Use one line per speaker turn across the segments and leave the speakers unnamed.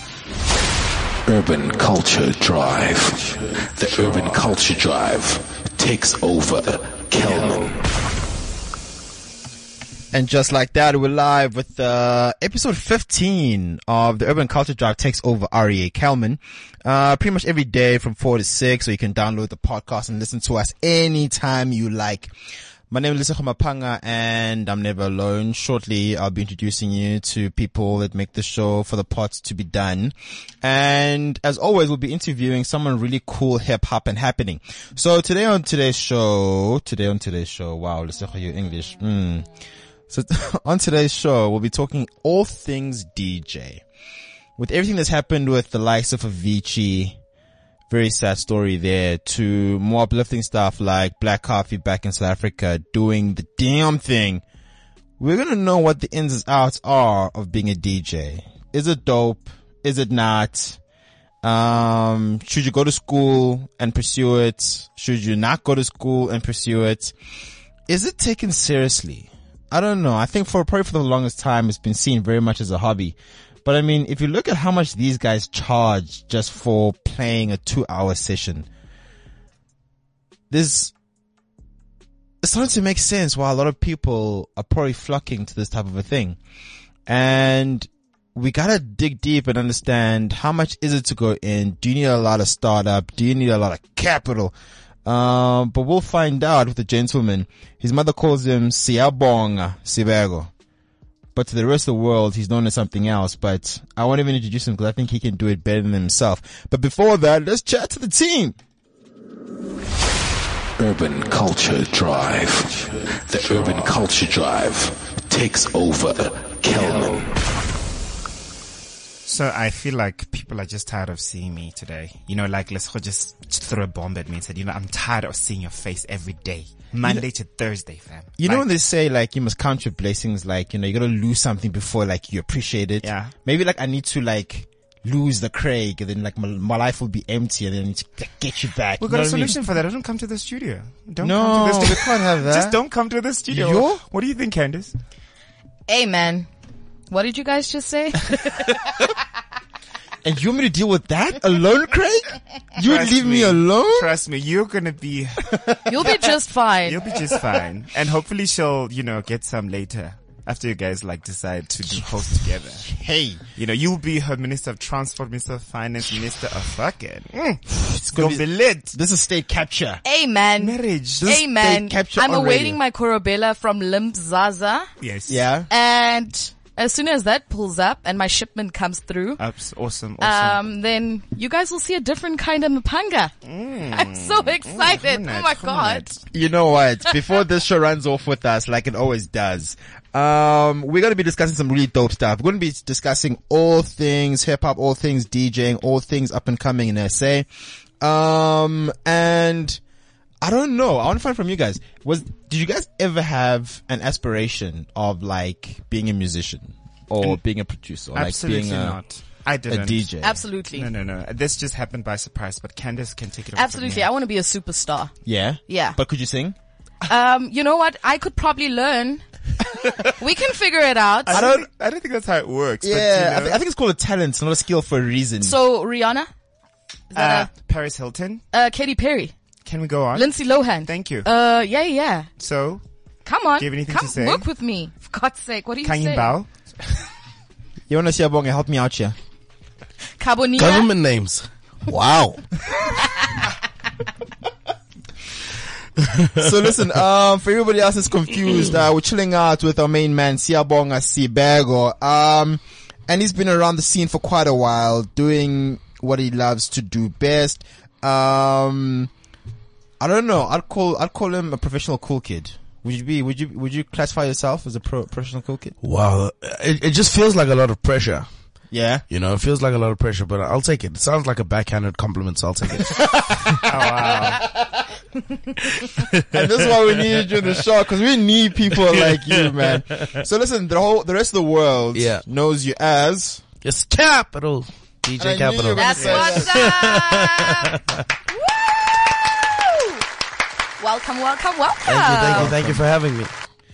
CliffCentral.com. Urban Culture Drive. The Urban Culture Drive takes over Kelman.
And just like that, we're live with uh, episode 15 of the Urban Culture Drive takes over REA Kelman. Uh, pretty much every day from 4 to 6, so you can download the podcast and listen to us anytime you like. My name is Lisa Mapanga and I'm never alone. Shortly, I'll be introducing you to people that make the show for the pot to be done. And as always, we'll be interviewing someone really cool, hip hop and happening. So today on today's show, today on today's show, wow, Lisa, your English. Mm. So on today's show, we'll be talking all things DJ. With everything that's happened with the likes of Avicii, very sad story there to more uplifting stuff like Black Coffee back in South Africa doing the damn thing. We're going to know what the ins and outs are of being a DJ. Is it dope? Is it not? Um, should you go to school and pursue it? Should you not go to school and pursue it? Is it taken seriously? I don't know. I think for probably for the longest time, it's been seen very much as a hobby. But I mean, if you look at how much these guys charge just for playing a two hour session, this, it's starting to make sense why a lot of people are probably flocking to this type of a thing. And we gotta dig deep and understand how much is it to go in? Do you need a lot of startup? Do you need a lot of capital? Um, but we'll find out with the gentleman. His mother calls him Siabonga Sibego but to the rest of the world, he's known as something else. But I won't even introduce him because I think he can do it better than himself. But before that, let's chat to the team.
Urban Culture Drive. The Urban Culture Drive takes over Kelman.
So I feel like people are just tired of seeing me today. You know, like let's just throw a bomb at me and said, you know, I'm tired of seeing your face every day. Monday to Thursday, fam.
You know
Like,
when they say like you must count your blessings, like you know you gotta lose something before like you appreciate it.
Yeah.
Maybe like I need to like lose the Craig, and then like my, my life will be empty, and then I need to like, get you back.
We've
You
got
know
a
what I mean?
solution for that. I don't come to the studio. Don't
No,
come
we
to the studio.
can't have that.
Just don't come to the studio.
Yo?
What do you think, Candice?
Amen. What did you guys just say?
And you want me to deal with that alone, Craig? You would
Trust
leave me,
me.
alone?
Trust me, you're gonna be,
You'll be just fine.
you'll be just fine. And hopefully she'll, you know, get some later after you guys like decide to do host together.
Hey,
You know, you'll be her minister of transport, minister of finance, minister of fucking. Mm. It's
gonna
gonna
be-
be lit.
this is state capture.
Amen.
Marriage.
This-
Amen.
they capture
I'm
on radio.
awaiting my Corobella from Limp Zaza.
Yes.
Yeah.
And as soon as that pulls up and my shipment comes through,
Abs- awesome. Awesome.
um, then you guys will see a different kind of Mpanga.
Mm.
I'm so excited.
Cornet,
oh my
cornet.
God.
You know what? Before this show runs off with us, like it always does, um, we're gonna be discussing some really dope stuff. We're gonna be discussing all things hip hop, all things DJing, all things up and coming in SA. Um, and I don't know. I want to find from you guys. Was did you guys ever have an aspiration of like being a musician or being a producer, or, like
Absolutely
being a,
not. I
a
didn't.
DJ?
Absolutely.
No, no, no. This just happened by surprise, but Candace can take it. over from
Absolutely.
here.
I want to be a superstar.
Yeah,
Yeah.
But could you sing?
Um, you know what? I could probably learn. we can figure it out.
I don't. Think, I don't think that's how it works.
Yeah, I,
but, you
thi-
know,
I think it's called a talent, not a skill, for a reason.
So Rihanna,
uh, Paris Hilton.
uh, Katy Perry,
Can we go on?
Lindsay Lohan.
Thank you.
Uh, yeah, yeah.
so,
Come on.
Do you have anything
Come
to say?
Work with me. For God's sake, what do you
can you
say?
bow?
you want to see a bonga? Help me out here.
Carbonia.
Government names.
Wow. so listen, um, for everybody else that's confused, uh, we're chilling out with our main man, Siabonga Sibego. Um, and he's been around the scene for quite a while, doing what he loves to do best. Um, I don't know. I'd call, I'd call him a professional cool kid. Would you be, would you, would you classify yourself as a pro, professional cool kid?
Wow. It, it just feels like a lot of pressure.
Yeah.
You know, it feels like a lot of pressure, but I'll take it. It sounds like a backhanded compliment, so I'll take it.
and this is why we needed you in the show because we need people like you, man. So listen, the whole the rest of the world
Yeah.
knows you as
it's capital. DJ
I knew you were
Capital.
gonna
That's
say
what's up. Woo! Welcome, welcome, welcome.
Thank you, thank you, thank you for having me.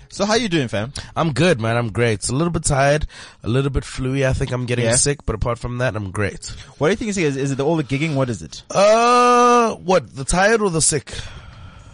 So how you doing, fam?
I'm good, man. I'm great. It's a little bit tired, a little bit fluey. I think I'm getting
Yeah.
sick, but apart from that, I'm great.
What do you think is is it the all the gigging? What is it?
Uh, what? The tired or the sick?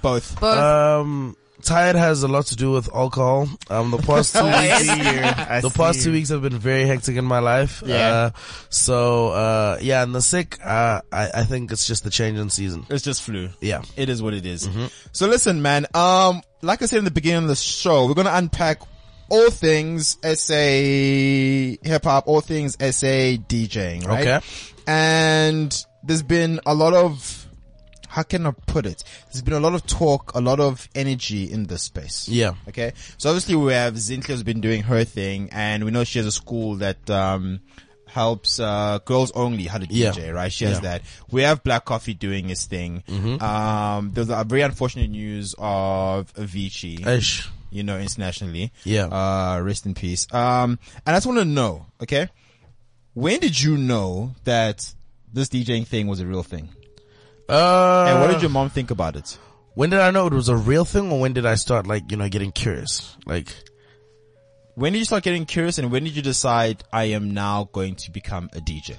Both.
Both.
Uh,
Um, tired has a lot to do with alcohol. Um, the past two weeks, the past two weeks have been very hectic in my life.
Yeah.
Uh, so, uh, yeah, and the sick, uh, I, I think it's just the change in season.
It's just flu.
Yeah. Mm-hmm.
It is what it is. So listen, man. Um, like I said in the beginning of the show, we're gonna unpack all things SA hip hop, all things SA DJing, right?
Okay.
And there's been a lot of, how can I put it? There's been a lot of talk, a lot of energy in this space.
Yeah.
Okay. So obviously we have Zintle has been doing her thing and we know she has a school that, um, helps, uh, girls only how to
Yeah. Mm-hmm.
DJ, right? She has that. We have Black Coffee doing his thing. Um, there's a very unfortunate news of Avicii,
Ish.
you know, internationally.
Yeah.
Uh, rest in peace. Um, and I just want to know, okay, when did you know that this DJing thing was a real thing?
Uh,
And what did your mom think about it?
when did I know it was a real thing or when did I start like, you know, getting curious? Like,
When did you start getting curious and when did you decide I am now going to become a DJ?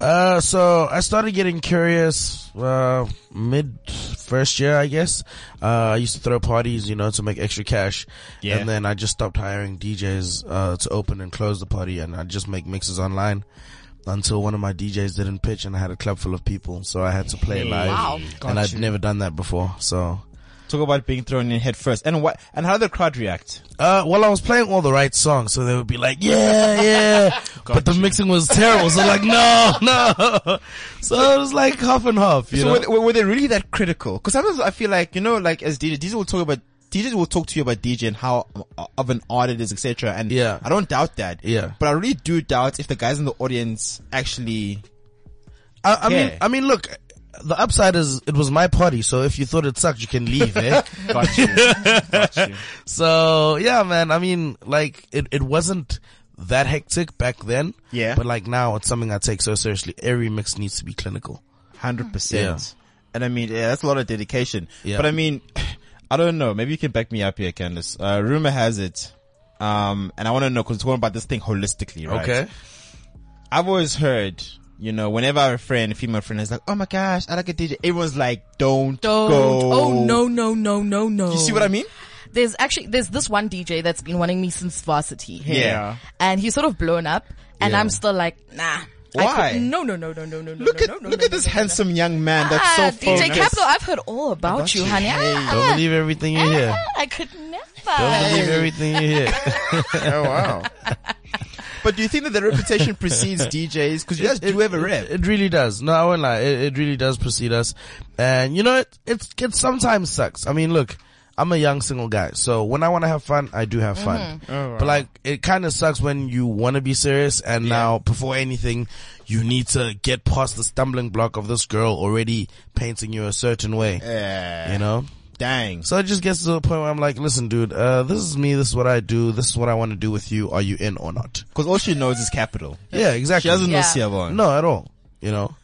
Uh, so I started getting curious, uh, mid first year, I guess. Uh, I used to throw parties, you know, to make extra cash.
Yeah.
And then I just stopped hiring DJs, uh, to open and close the party and I'd just make mixes online until one of my DJs didn't pitch and I had a club full of people. So I had to play live.
Wow.
And I'd never done that before. So,
Talk about being thrown in head first. And what, and how did the crowd react?
uh, well, I was playing all the right songs, so they would be like, yeah, yeah. but the mixing was terrible. So like, no, no. So it was like half and half, you
so
know?
were they, were they really that critical? Cause sometimes I feel like, you know, like as DJ, DJs will talk about, DJs will talk to you about DJ and how uh, of an art it is, etc. And
Yeah.
I don't doubt that.
Yeah.
But I really do doubt if the guys in the audience actually,
I, I mean,
care.
I mean, look, the upside is it was my party, so if you thought it sucked, you can leave, eh?
got you. got you.
so yeah, man. I mean, like it, it wasn't that hectic back then.
Yeah.
But like now, it's something I take so seriously. Every mix needs to be clinical.
Hundred percent.
Yeah.
And I mean, yeah, that's a lot of dedication.
Yeah.
But I mean, I don't know. Maybe you can back me up here, Candace. Uh, rumor has it, um, and I want to know because we're talking about this thing holistically, right? I've always heard, you know, whenever I have a friend, a female friend is like, "Oh my gosh, I like a DJ," everyone's like, "Don't,
Don't.
go."
Oh no no no no no.
You see what I mean?
There's actually there's this one DJ that's been wanting me since varsity.
Yeah.
And he's sort of blown up, and
Yeah.
I'm still like, nah. I
Why?
could- No no no no no no no.
Look
no,
at
no, no,
look
no,
at this
no, no, no.
handsome young man that's
Ah,
so
DJ
focused.
Capital, I've heard all about,
About
you,
you.
honey.
Hey.
Ah,
Don't believe everything you hear.
I could
Don't
never.
believe everything you hear.
Oh wow. but do you think that the reputation precedes DJs? Because you guys do have a rep.
It really does. No, I won't lie. It, it really does precede us. And you know, it, it, it sometimes sucks. I mean, look, I'm a young single guy. So when I want to have fun, I do have fun. But like, it kind of sucks when you want to be serious and now before anything, you need to get past the stumbling block of this girl already painting you a certain way.
yeah.
You know?
Dang.
So it just gets to the point where I'm like, listen, dude, uh, this is me. This is what I do. This is what I want to do with you. Are you in or not?
Because all she knows is capital.
Yeah, exactly.
She doesn't know
Yeah.
Siobhan.
No, at all. You know?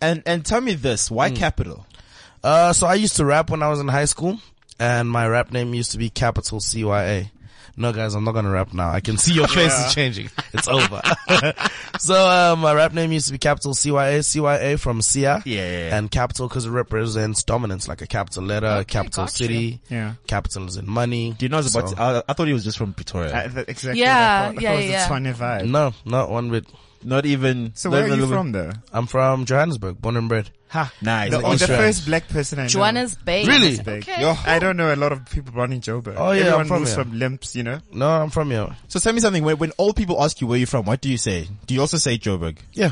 And and tell me this,
Mm.
why capital?
Uh, so I used to rap when I was in high school, and my rap name used to be Capital CYA. No, guys, I'm not gonna rap now. I can see your face is changing. It's over. so uh, my rap name used to be Capital CYA, CYA from Sia,
Yeah, yeah, yeah.
and Capital because it represents dominance, like a capital letter, capital
got
city.
Yeah.
Capital is in money.
Do you know it's about?
So-
I, I thought he was just from Pretoria.
Uh, that- exactly.
Yeah,
what I thought. I
yeah,
thought it was
yeah.
a funny vibe.
no, not one bit.
not even.
So
not
where are
even
you
a little
from though?
bit. I'm from Johannesburg, born and bred.
Ha.
bit- Nah, he's
The,
like
oh, the
Australian.
first black person I know.
Joanna's Bay.
Really?
Okay.
Yo.
I don't know a lot of people born in Joburg.
Oh, yeah, I'm
Everyone
from
moves
here.
from Limps, you know.
No, I'm from here.
So tell me something. When, when old people ask you where you're from, what do you say? Do you also say Joburg?
Yeah,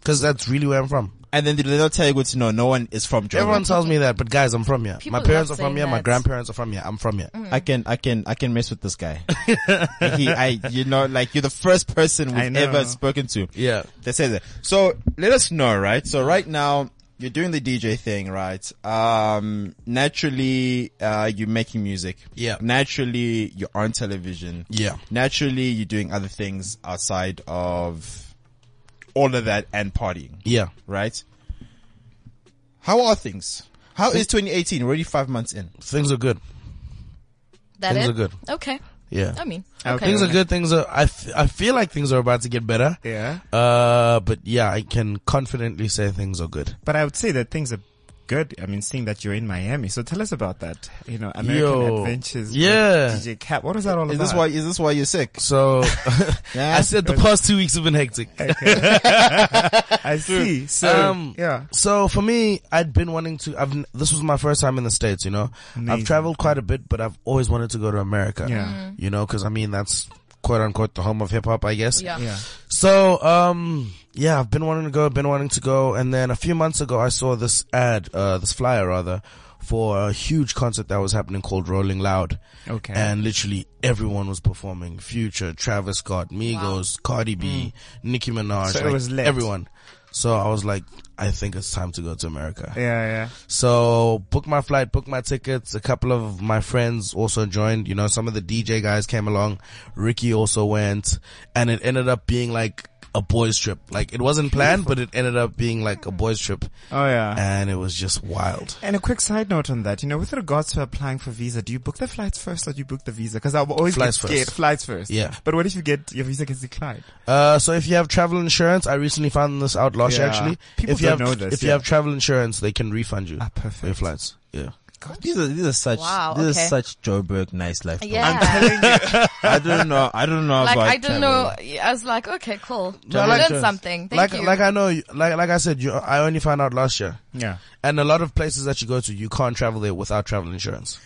because that's really where I'm from.
And then do they not tell you good to know? No one is from Joburg.
Everyone tells me that, but guys, I'm from here.
People
my parents are
love
from
saying
here. My
that.
grandparents are from here. I'm from here.
I can, I can, I can mess with this guy. he, I, you know, like you're the first person
I
we've
know.
ever spoken to.
Yeah.
They say that. So let us know, right? So right now you're doing the DJ thing, right? Um, naturally, uh, you're making music.
Yeah.
Naturally, you're on television.
Yeah.
Naturally, you're doing other things outside of all of that and partying,
Yeah.
right? How are things? How is 2018? We're already five months in.
Things are good.
That
Things
it?
are good.
Okay.
Yeah.
Um,
I mean,
Okay.
okay.
Things are good. Things are. I, f- I feel like things are about to get better.
Yeah.
Uh, but yeah, I can confidently say things are good.
But I would say that things are good. I mean, seeing that you're in Miami. So tell us about that. You know, American
Yo.
Adventures. with
Yeah.
DJ Cap. What was that all
Is
about?
this why? Is this why you're sick?
So
Yeah.
I said the past two weeks have been hectic.
I see. So,
Um,
yeah.
So for me, I'd been wanting to. I've n- this was my first time in the states. You know, I've
Amazing.
traveled quite a bit, but I've always wanted to go to America.
Yeah. Mm.
You know, because I mean that's quote unquote the home of hip hop, I guess.
Yeah.
Yeah.
So, um, yeah, I've been wanting to go, been wanting to go, and then a few months ago I saw this ad, uh, this flyer rather, for a huge concert that was happening called Rolling Loud.
Okay.
And literally everyone was performing. Future, Travis Scott, Migos, Cardi B, Nicki Minaj,
Mm. So it
like,
was lit.
everyone. So I was like, I think it's time to go to America.
yeah.
So book my flight, book my tickets. A couple of my friends also joined. You know, some of the DJ guys came along. Ricky also went and it ended up being like a boys trip. Like it wasn't planned, but it ended up being like a boys trip
Yeah. Oh, yeah.
and it was just wild.
And a quick side note on that, you know, with regards to applying for visa, do you book the flights first or do you book the visa? Because I always
Flights
get scared.
first.
Flights first.
Yeah.
But what if you get your visa gets declined?
Uh, so if you have travel insurance, I recently found this out last year
Yeah.
actually.
People
if you
don't
have,
know this,
If you
yeah.
have travel insurance, they can refund you.
Ah,
for Your
perfect.
flights. Yeah.
These are these are such
Wow,
these
okay.
are such Joburg nice life.
Yeah.
I don't know. I don't know
like
about.
I
travel.
don't know. I was like, okay, cool.
I
I
like
learned
this.
something. Thank
like,
you.
like I know, you- like, like I said, you, I only found out last year.
Yeah.
And a lot of places that you go to, you can't travel there without travel insurance.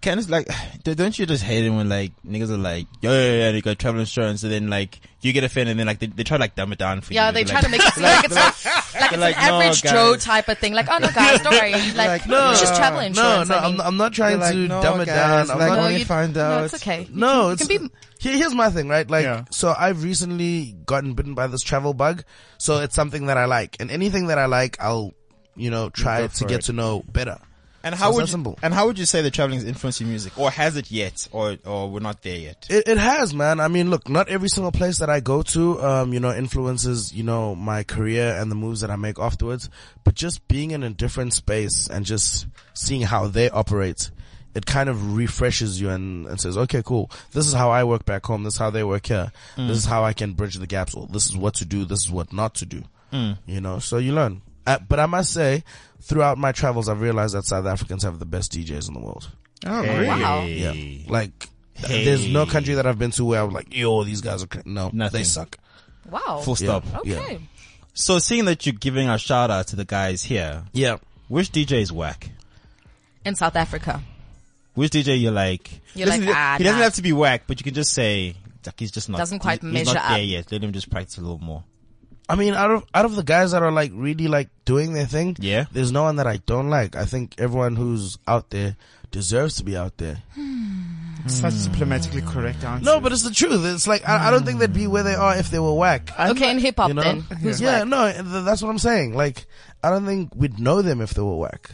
Can it's like, don't you just hate it when like niggas are like, yo, yeah, yeah, you got travel insurance, and then like you get offended, and then like they, they try to like dumb it down for you.
yeah, they
They're
try
like,
to make it seem like it's like, like it's
like,
an average
no,
Joe
guys.
type of thing. Like, oh no, guys, don't worry. Like, it's just travel
No,
insurance.
no,
I
I'm,
mean.
I'm not trying
They're like,
to
"No,
dumb it
guys,
down. I'm
like,
not,
no,
you-
you find
No,
out.
it's okay. You
no,
can-
it's,
you can be
here, here's my thing, right? Like,
Yeah.
so I've recently gotten bitten by this travel bug. So it's something that I like. And anything that I like, I'll, you know, try
go
to
for
get
it.
to know better.
And
So
how
it's
would
that simple.
you, and how would you say the traveling is influencing music, or has it yet, or or we're not there yet?
It, it has, man. I mean, look, not every single place that I go to, um, you know, influences, you know, my career and the moves that I make afterwards, but just being in a different space and just seeing how they operate, it kind of refreshes you and, and says, okay, cool. This is how I work back home. This is how they work here. This is how I can bridge the gaps. Or this is what to do. This is what not to do. You know, so you learn. Uh, but I must say, throughout my travels, I've realized that South Africans have the best DJs in the world.
Oh, really?
Wow.
Yeah. Like, th- there's no country that I've been to where I'm like, yo, these guys are, cr-. no, they
Nothing.
suck.
Wow.
Full stop.
Okay.
So seeing that you're giving a shout out to the guys here,
Yeah.
which DJ is whack?
In South Africa.
Which DJ you're like?
You're like,
doesn't-
ah,
he doesn't
nah.
have to be whack, but you can just say like he's just not
Doesn't quite
he's, he's
measure
not there
up.
yet. Let him just practice a little more.
I mean, out of, out of the guys that are like really like doing their thing,
Yeah.
there's no one that I don't like. I think everyone who's out there deserves to be out there.
Such diplomatically correct answer.
Mm. No, but it's the truth. It's like, I, I don't think they'd be where they are if they were whack.
okay, in hip hop
You know?
then. Who's
yeah,
whack?
no, th- that's what I'm saying. Like, I don't think we'd know them if they were whack.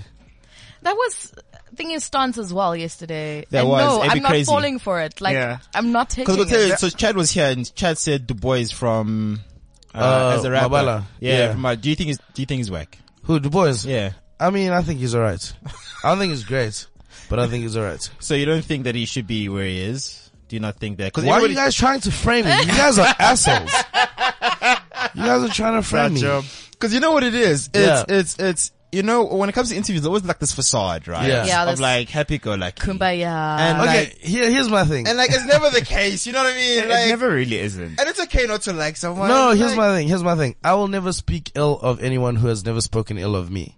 That was thing in stance as well yesterday.
There
and
was,
no,
it'd be
I'm not
crazy.
falling for it. Like
Yeah.
I'm not taking
Because we'll tell you,
it.
so Chad was here and Chad said Du Bois is from uh,
Uh,
as a rapper.
Mabala.
Yeah.
Yeah.
from, uh, do you think he's, do you think he's whack?
Who, Du Bois?
Yeah.
I mean, I think he's alright. I don't think he's great, but I think he's alright.
So you don't think that he should be where he is? Do you not think that? Because
Why are you guys trying to frame me? You guys are assholes. You guys are trying to frame me.
job.
Because you know what it is. It's,
Yeah.
it's, it's, you know, when it comes to interviews, there's always like this facade, right?
Yeah.
Yeah,
of
this-
like happy go like.
Kumbaya.
And
Okay,
Like-
here, here's my thing.
And like, it's never the case. You know what I mean?
It
Like,
never really isn't.
and it's okay not to like someone.
no,
It's
here's
like-
my thing. Here's my thing. I will never speak ill of anyone who has never spoken ill of me.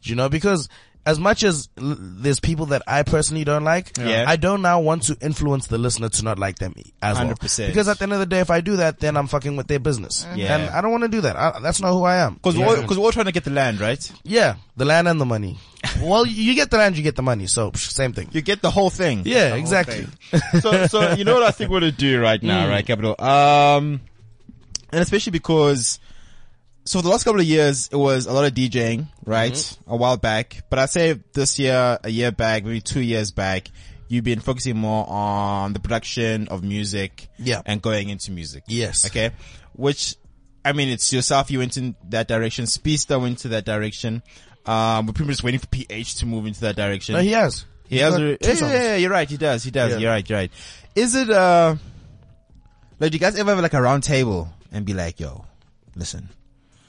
Do you know? Because as much as l- there's people that I personally don't like,
Yeah.
I don't now want to influence the listener to not like them e- as well.
100%.
Because at the end of the day, if I do that, then I'm fucking with their business.
Yeah.
And I don't want to do that. I, that's not who I am.
Cause we're, all, cause we're all trying to get the land, right?
Yeah. The land and the money. well, you get the land, you get the money. So psh, same thing.
You get the whole thing.
Yeah, exactly. Mm.
so, so you know what I think we're gonna do right now, right, Capital? Um, and especially because, so for the last couple of years, it was a lot of DJing, right?
Mm-hmm.
A while back, but I say this year, a year back, maybe two years back, you've been focusing more on the production of music,
Yeah.
and going into music,
Yes.
okay, which. I mean, it's yourself. You went in that direction. Speedster went into that direction. Um, we're pretty much waiting for PH to move into that direction.
No, Uh, he has.
He has
got
a,
two
yeah,
songs.
yeah, yeah, you're right. He does. He does.
Yeah.
You're right. You're right. Is it, uh, like, do you guys ever have like a round table and be like, yo, listen,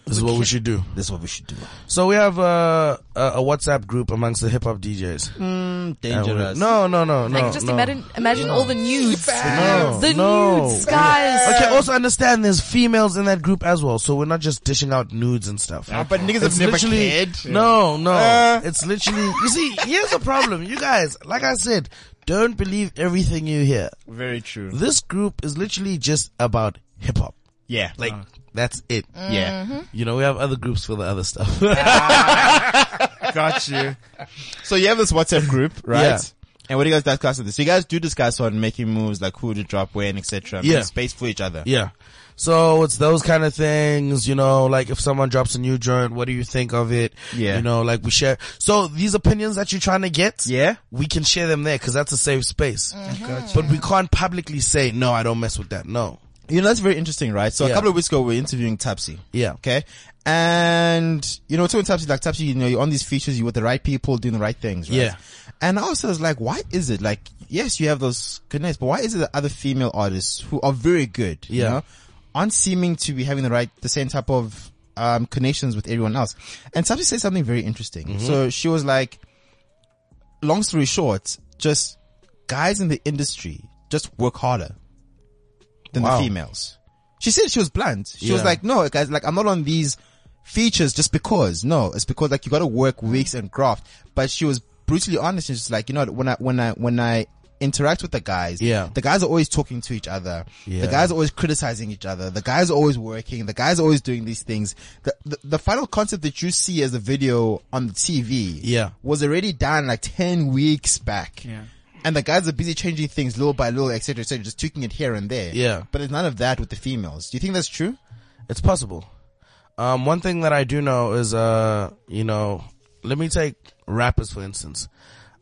This is what we should do.
this is what we should do.
So we have uh, a, a WhatsApp group amongst the hip hop DJs. And we-
dangerous.
No, no, no, no.
Like just
no.
imagine, imagine all the nudes,
No,
the
no.
nudes, guys.
Okay, also understand there's females in that group as well, so we're not just dishing out nudes and stuff.
but niggas
It's
have never
literally-
cared.
No, no.
Uh.
it's literally, you see, here's the problem. You guys, like I said, don't believe everything you hear.
Very true.
This group is literally just about hip hop.
Yeah.
Like, that's it.
yeah.
You know, we have other groups for the other stuff.
Got you.
So you have this WhatsApp group, right?
Yeah.
And what do you guys discuss with this? So you guys do discuss on making moves, like who to drop when, etc.
Yeah.
Make Space for each other.
Yeah. So it's those kind of things, you know, like if someone drops a new joint, what do you think of it?
Yeah.
You know, like we share. So these opinions that you're trying to get,
Yeah.
we can share them there because that's a safe space. But we can't publicly say, no, I don't mess with that. No.
You know, that's very interesting, right? So a
Yeah.
couple of weeks ago, we were interviewing Tapsi.
Yeah.
Okay. And, you know, talking to Tapsi, like Tapsi, you know, you're on these features, you're with the right people doing the right things, right?
Yeah.
And I also was like, why is it like, yes, you have those connects, but why is it that other female artists who are very good, you
Yeah.
know, aren't seeming to be having the right, the same type of, um, connections with everyone else? And Tapsi said something very interesting.
Mm-hmm.
So she was like, long story short, just guys in the industry just work harder than
Wow.
the females. She said she was blunt. She was
Yeah.
like, no, guys, like I'm not on these features just because. No, it's because like you got to work weeks and graft. But she was brutally honest. And she's like, you know, what, when I, when I, when I interact with the guys,
Yeah.
the guys are always talking to each other.
Yeah.
The guys are always criticizing each other. The guys are always working. The guys are always doing these things. The, the, the final concept that you see as a video on the TV
Yeah.
was already done like 10 weeks back. Yeah. And the guys are busy changing things little by little, etc., etc., just tweaking it here and there.
Yeah.
But it's none of that with the females. Do you think that's true?
It's possible. Um, one thing that I do know is, uh, you know, let me take rappers for instance.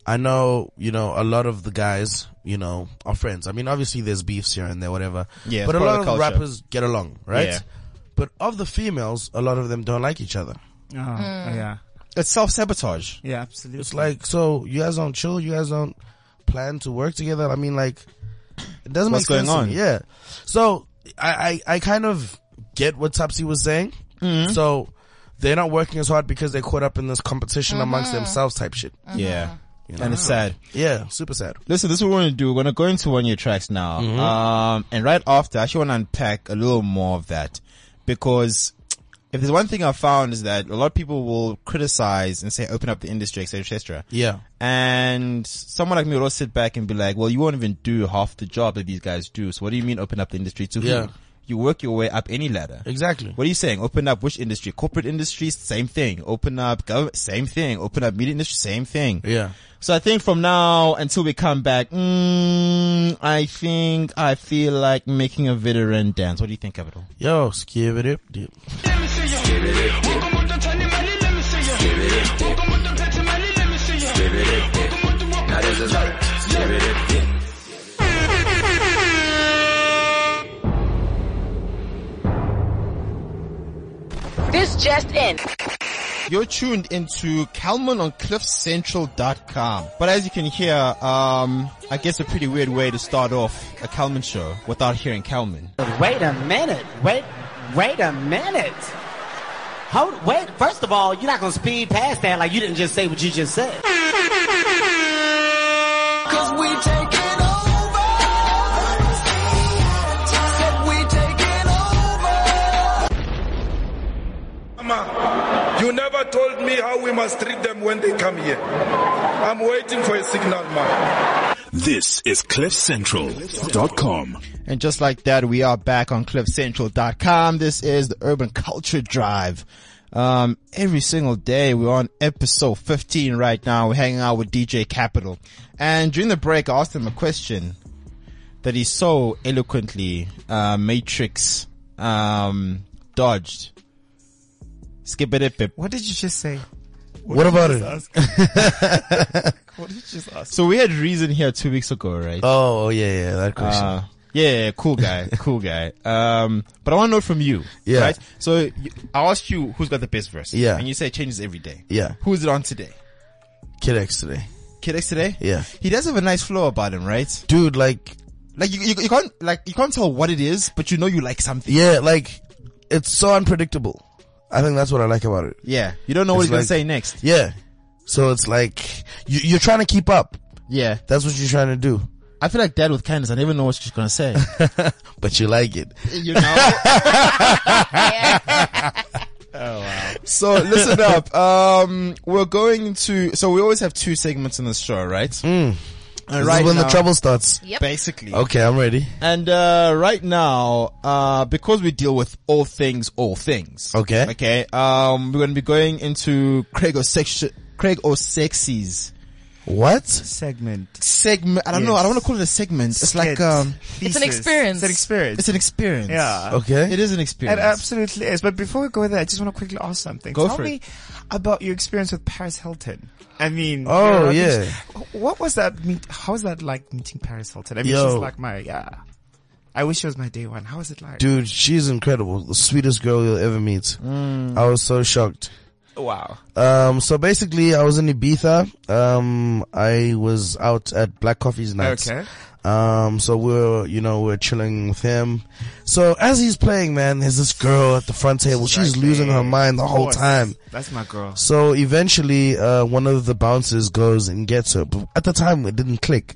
I know, you know, a lot of the guys, you know, are friends. I mean, obviously there's beefs here and there, whatever.
Yeah, it's
But a
part
lot
of
of
the culture.
rappers get along, right?
Yeah.
But of the females, a lot of them don't like each other.
Oh,
Mm.
yeah.
It's self-sabotage.
Yeah, absolutely.
It's like, so you guys don't chill, you guys don't plan to work together. I mean, like, it doesn't
What's
make sense.
going
to me.
on?
Yeah. So I, I, I kind of get what Topsy was saying. So they're not working as hard because they're caught up in this competition amongst themselves type shit.
Uh-huh. Yeah. And it's sad.
Yeah. Super sad.
Listen, this is what we're going to do. We're going to go into one of your tracks now. Um, and right after, I actually want to unpack a little more of that because if there's one thing I've found is that a lot of people will criticize and say, open up the industry, etc., etc.
Yeah.
And someone like me will also sit back and be like, well, you won't even do half the job that these guys do. So what do you mean open up the industry to who?
Yeah.
You work your way up any ladder.
Exactly.
What are you saying? Open up which industry? Corporate industries, same thing. Open up government, same thing. Open up media industry, same thing.
Yeah.
So I think from now until we come back, mm, I think I feel like making a veteran dance. What do you think, Capital?
Yo, skip it up, dude.
Let me see you. Welcome with the tiny money, let me see you. Welcome with the petty money, let me see you. Welcome with the walk. Now this is life.
This just in.
You're tuned into Calman on CliffCentral.com. But as you can hear, um, I guess a pretty weird way to start off a Calman show without hearing Calman.
Wait a minute. Wait, wait a minute. Hold, wait. First of all, you're not gonna speed past that like you didn't just say what you just said.
Cause we taking over. Said we taking over.
Mama, you never told me how we must treat them when they come here. I'm waiting for a signal, man.
This is CliffCentral.com.
And just like that, we are back on CliffCentral.com. This is the Urban Culture Drive. Um, every single day we're on episode 15 right now. We're hanging out with DJ Capital. And during the break, I asked him a question that he so eloquently, uh, Matrix, um, dodged. Skip it, it,
What did you just say?
What about it?
So we had Reason here two weeks ago, right?
Oh, oh, yeah, yeah, that question.
Uh, yeah, yeah, cool guy, cool guy. Um, but I want to know from you.
Yeah.
Right? So you, I asked you who's got the best verse.
Yeah.
And you say it changes every day.
Yeah.
Who's it on today?
Kid X today.
Kid X today?
Yeah.
He does have a nice flow about him, right?
dude. Like,
Like you, you, you can't like you can't tell what it is, but you know you like something.
yeah, like it's so unpredictable. I think that's what I like about it.
Yeah. You don't know what
It's
he's gonna
like-
say next.
Yeah, so it's like you, you're trying to keep up.
Yeah.
That's what you're trying to do,
I feel like that with kindness. I never know what she's gonna say.
but you like it.
you know. So listen up. Um, we're going to. So we always have two segments in the show, right? And
This
right
is when
now-
the trouble starts.
Yep.
Basically.
Okay, I'm ready.
And uh, right now, uh, because we deal with all things, all things.
Okay.
Okay. Um, we're going to be going into Craig or section. Craig or Sexy's
What?
Segment.
segment. I don't know. I don't want to call it a segment. It's like
Skit.
um,
It's an
Thesis.
experience.
It's an experience.
it's an experience.
yeah. uh,
Okay.
It is an
It
experience.
absolutely is. But before we go there, I just want to quickly ask something.
Go
Tell
for it.
me about your experience with Paris Hilton. I mean,
Oh,
you know,
yeah.
What was that? Meet, how was that like meeting Paris Hilton? I mean,
Yo.
she's like my yeah. I wish she was my day one. How was it like?
Dude, she's incredible. The sweetest girl you'll ever meet.
Mm.
I was so shocked.
Wow.
Um, so basically, I was in Ibiza. Um, I was out at Black Coffee's night.
Okay.
Um, so we're, you know, we're chilling with him. So as he's playing, man, there's this girl at the front table. She's
Like,
losing her
hey,
mind the
of
whole
course.
time.
That's my girl.
So eventually, uh, one of the bouncers goes and gets her. But at the time, it didn't click.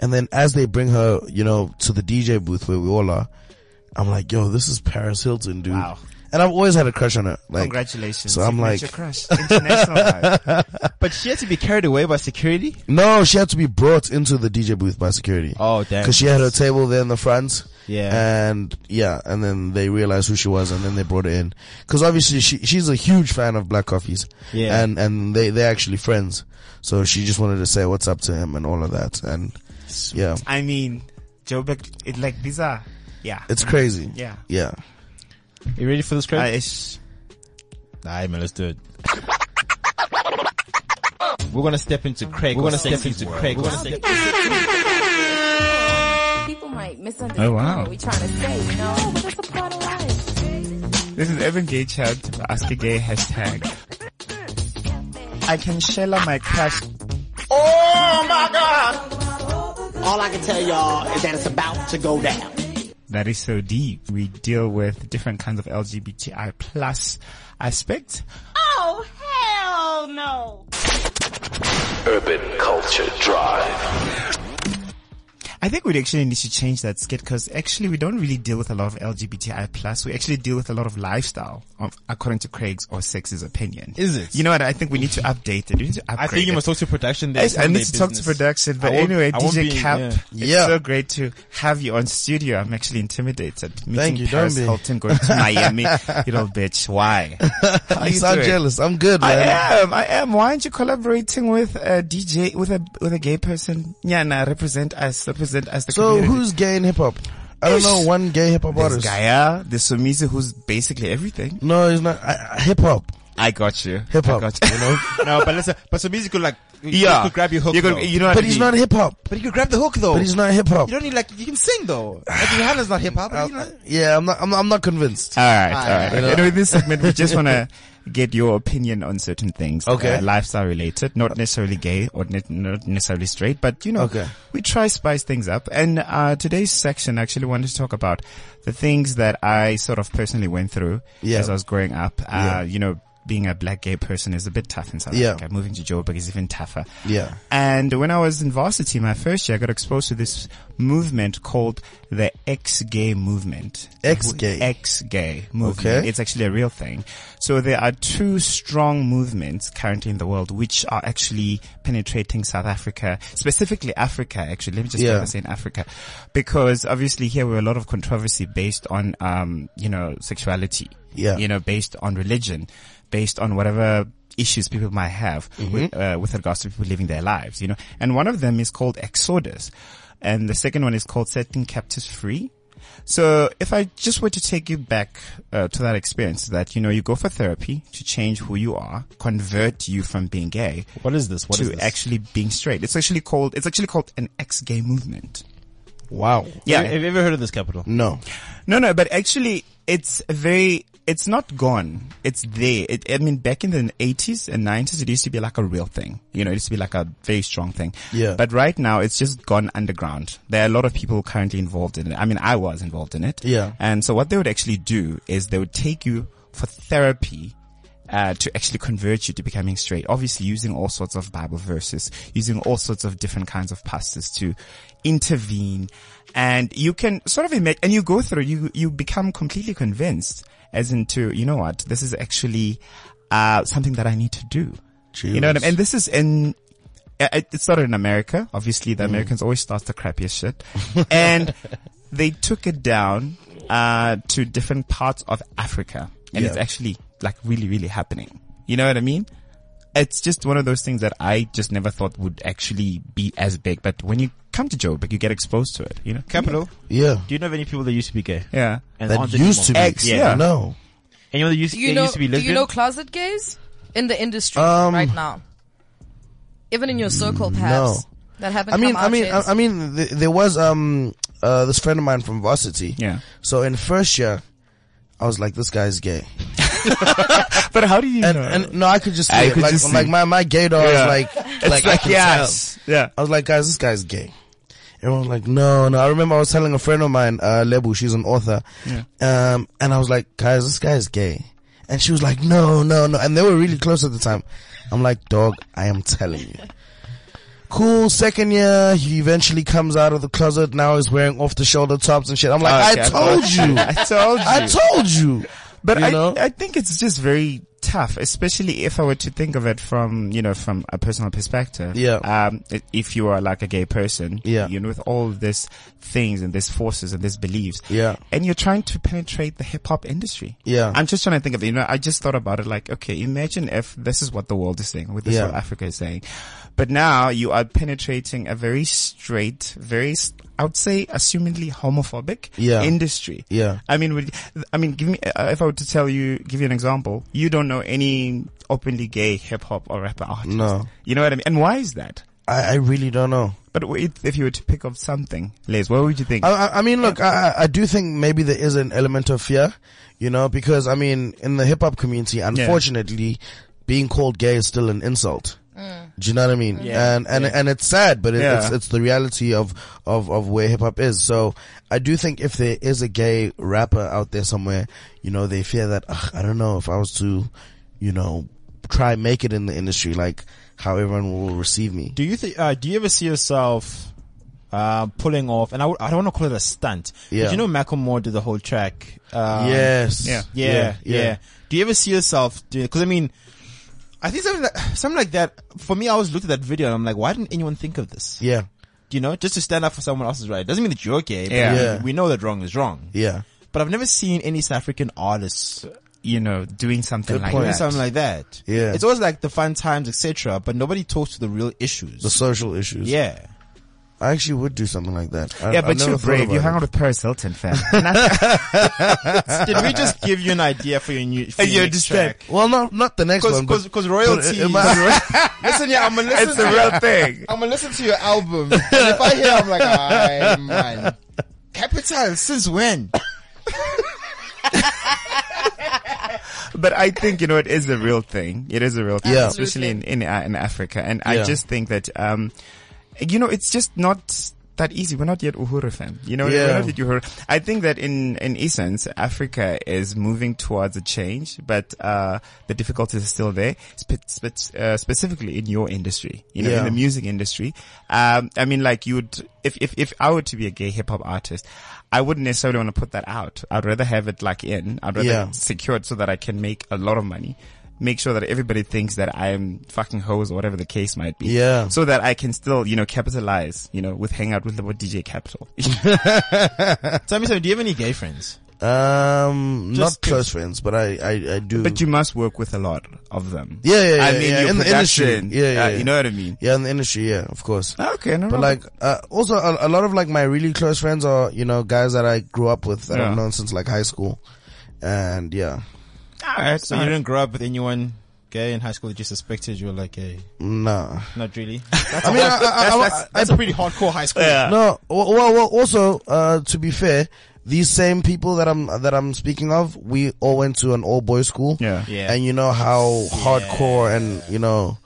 And then as they bring her, you know, to the DJ booth where we all are, I'm like, yo, this is Paris Hilton, dude.
Wow.
And I've always had a crush on her. Like,
Congratulations.
so
You've
I'm
met
like-
your crush. International guy.
But she had to be carried away by security.
No, she had to be brought into the DJ booth by security.
Oh, damn.
Because she had her table there in the front.
Yeah.
And yeah, and then they realized who she was and then they brought her in. Because obviously she, she's a huge fan of Black Coffees.
Yeah.
And, and they, they're actually friends. So she just wanted to say what's up to him and all of that. And yeah,
I mean, Joe Beck, it like these are, yeah.
it's crazy.
Yeah.
Yeah.
You ready for this, Craig?
Uh, it's,
Alright man, let's do it. We're gonna step into Craig. We're gonna step into Craig. We're gonna step
People might misunderstand
Oh, wow.
what we're trying to say, you know, but that's a part of life.
this is Evan Gay Chat, Ask a Gay hashtag. I can shell out my crush.
All I can tell y'all is that it's about to go down.
That is so deep. We deal with different kinds of LGBTI plus aspects.
Urban Culture Drive.
I think we actually need to change that skit because actually we don't really deal with a lot of LGBTI plus. We actually deal with a lot of lifestyle, of, according to Craig's or Sex's opinion.
Is it?
You know what? I think we need to update it. We need to upgrade
I think you
it.
must talk to production. There,
I,
it's
I
none
need
of
to
their
talk to
business.
production, but
I won't-
anyway,
I won't
DJ
be-
Cap,
yeah.
Yeah.
it's so great to have you on studio. I'm actually intimidated. Meeting
Thank you,
Paris
don't be.
Hilton going to Miami, you little bitch. Why? How
You
you
sound
doing?
jealous. I'm good,
I
man.
am. I am. Why aren't you collaborating with a DJ with a with a gay person? Yeah, nah, represent us. Represent us. The
So
community.
who's gay in hip hop? I don't know one gay hip hop
There's
artist.
Gaia, there's Sumizi, uh, who's basically everything.
No, he's not. I, I- hip hop.
I got you.
Hip
I
hop.
got you.
You know?
No, but listen, but some music could like, yeah,
Yeah.
could grab your hook.
You,
though.
could, you know what
But
I
he's
mean?
not hip hop.
but you could grab the hook though.
But he's not hip hop.
you don't need like you can sing though. Like Rihanna's not hip hop. but you
Uh,
know-
Yeah, I'm not. I'm, I'm not convinced.
All right, all right.
You know-
Anyway, this segment we just want to get your opinion on certain things,
Okay.
uh, lifestyle related, not necessarily gay or ne- not necessarily straight, but you know,
Okay.
we try spice things up. And uh, today's section I actually wanted to talk about the things that I sort of personally went through
Yeah.
as I was growing up. Uh,
Yeah.
You know. Being a black gay person is a bit tough in South
Yeah.
Africa. Moving to Joburg is even tougher.
Yeah.
And when I was in varsity, my first year, I got exposed to this movement called the ex-gay movement.
Ex-gay.
Ex-gay movement.
Okay.
It's actually a real thing. So there are two strong movements currently in the world which are actually penetrating South Africa, specifically Africa actually. Let me just
Yeah.
focus in Africa. Because obviously here we have a lot of controversy based on, um, you know, sexuality.
Yeah.
You know, based on religion, based on whatever issues people might have with, uh, with regards to people living their lives, you know. And one of them is called Exodus. And the second one is called Setting Captives Free. So if I just were to take you back uh, to that experience that, you know, you go for therapy to change who you are, convert you from being gay
What is this? What
to
is this?
actually being straight. It's actually called, it's actually called an ex-gay movement.
Wow.
Yeah.
Have you ever heard of this capital?
No.
No, no, but actually it's a very it's not gone. It's there. It, I mean, back in the 80s and 90s, it used to be like a real thing. You know, it used to be like a very strong thing.
Yeah.
But right now, it's just gone underground. There are a lot of people currently involved in it. I mean, I was involved in it.
Yeah.
And so what they would actually do is they would take you for therapy. Uh, to actually convert you to becoming straight, obviously using all sorts of Bible verses, using all sorts of different kinds of pastors to intervene, and you can sort of imagine, and you go through, you you become completely convinced, as into you know what, this is actually uh something that I need to do. You know what I mean? And this is in uh, it it started in America. Obviously, the Americans always start the crappiest shit, and they took it down uh, to different parts of Africa, and it's actually like really, really happening. You know what I mean? It's just one of those things that I just never thought would actually be as big, but when you come to Joburg, you get exposed to it. You know,
Capital.
Yeah.
Do you know of any people that used to be gay?
Yeah.
And
That
aren't
used to be.
anymore?
Ex-
Yeah.
No.
Anyone that used,
Do you
that
know?
used to be
do
lesbian?
you know closet gays in the industry
Um,
right now? Even in your circle, perhaps that haven't.
I mean,
come
I
out
mean,
yet.
I, I mean, th- there was um uh this friend of mine from varsity.
Yeah.
So in first year, I was like, this guy's gay,
but how do you
and
know?
and no, I could just see
I
it.
could
like
just see.
like my my gaydar
Yeah.
was like like, I can tell.
yes. Yeah.
I was like, guys, this guy's gay. Everyone was like, no, no. I remember I was telling a friend of mine, uh, Lebu, she's an author. Um, and I was like, guys, this guy's gay. And she was like, no, no, no. And they were really close at the time. I'm like, dog, I am telling you. Cool. Second year, he eventually comes out of the closet. Now he's wearing off the shoulder tops and shit. I'm like,
Ah, Okay,
I told you.
I told you.
I told you.
But
You
I,
know?
I think it's just very tough, especially if I were to think of it from, you know, from a personal perspective.
Yeah.
Um, i- if you are like a gay person.
Yeah.
You know, with all these things and these forces and these beliefs.
Yeah.
And you're trying to penetrate the hip hop industry.
Yeah.
I'm just trying to think of, you know, I just thought about it like, okay, imagine if this is what the world is saying, what this is
Yeah.
what Africa is saying. But now you are penetrating a very straight, very, s- I would say assumedly homophobic
Yeah.
industry.
Yeah.
I mean, would, I mean, give me, uh, if I were to tell you, give you an example, you don't know any openly gay hip hop or rapper artist.
No.
You know what I mean? And why is that?
I, I really don't know.
But wait, if you were to pick up something, Les, what would you think?
I, I- I mean, look, I, I- I do think maybe there is an element of fear, you know, because I mean, in the hip hop community, unfortunately, being called gay is still an insult. Do you know what I mean? And and and it's sad, but it,
Yeah.
it's it's the reality of of of where hip hop is. So I do think if there is a gay rapper out there somewhere, you know, they fear that "Ugh, I don't know if I was to, you know, try and make it in the industry, like how everyone will receive me.
Do you think? Uh, do you ever see yourself uh, pulling off? And I w- I don't want to call it a stunt.
Yeah.
Did you know Macklemore did the whole track? Um,
yes.
yeah.
Yeah, yeah, Do you ever see yourself doing? Because I mean, I think something like, something like that. For me, I always looked at that video and I'm like, why didn't anyone think of this?
Yeah.
You know, just to stand up for someone else's right. Doesn't mean that you're gay. But
Yeah.
Yeah.
We know that wrong is wrong.
Yeah.
But I've never seen any South African artists
you know, doing something
Good
like
point.
doing
that.
something like that.
Yeah.
It's always like the fun times, etc. But nobody talks to the real issues.
The social issues.
yeah.
I actually would do something like that. I,
yeah,
I
but
never
you're
thought
brave.
about
You hung
it.
out with Paris Hilton, fam.
Did we just give you an idea for your new for
You
your next
understand?
track?
Well, not not the next
Cause,
one, but-
cause, cause royalty.
but, uh, am
listen, yeah, I'm gonna listen.
it's a real thing.
I'm gonna listen to your album. And if I hear, I'm like, ah, man. Capital since when?
But I think, you know, it is a real thing. It is a real thing,
Yeah.
especially in, in, uh, in Africa. And I
Yeah.
just think that, um, you know, it's just not that easy. We're not yet Uhuru fam. You know,
Yeah.
we're not yet Uhuru. I think that in, in essence, Africa is moving towards a change, but, uh, the difficulties are still there, spe- spe- uh, specifically in your industry, you know,
Yeah.
in the music industry. Um, I mean, like you would, if, if, if I were to be a gay hip hop artist, I wouldn't necessarily want to put that out. I'd rather have it like in. I'd rather
Yeah.
secured so that I can make a lot of money. Make sure that everybody thinks that I'm fucking hoes or whatever the case might be.
Yeah.
So that I can still, you know, capitalize, you know, with hang out with, with DJ Capital.
Tell me something. Do you have any gay friends?
I? Um,
Just-
not close friends, but I I, I do.
but you must work with a lot of them.
yeah, yeah, yeah,
I mean,
yeah,
your
in the industry,
production,
yeah, yeah,
uh,
yeah.
you know what I mean?
yeah, in the industry, yeah, of course.
Okay, no
But like, uh, also a, a lot of like my really close friends are you know guys that I grew up with that
Yeah.
I've known since like high school, and yeah,
alright,
So you didn't grow up with anyone gay in high school that you suspected you were like gay?
nah.
Not really.
I mean, I, I, I, I,
That's a pretty hardcore high school.
No, well, well, well also, uh, to be fair, these same people that I'm that I'm speaking of, we all went to an all boys school.
Yeah. Yeah.
And you know how hardcore and you know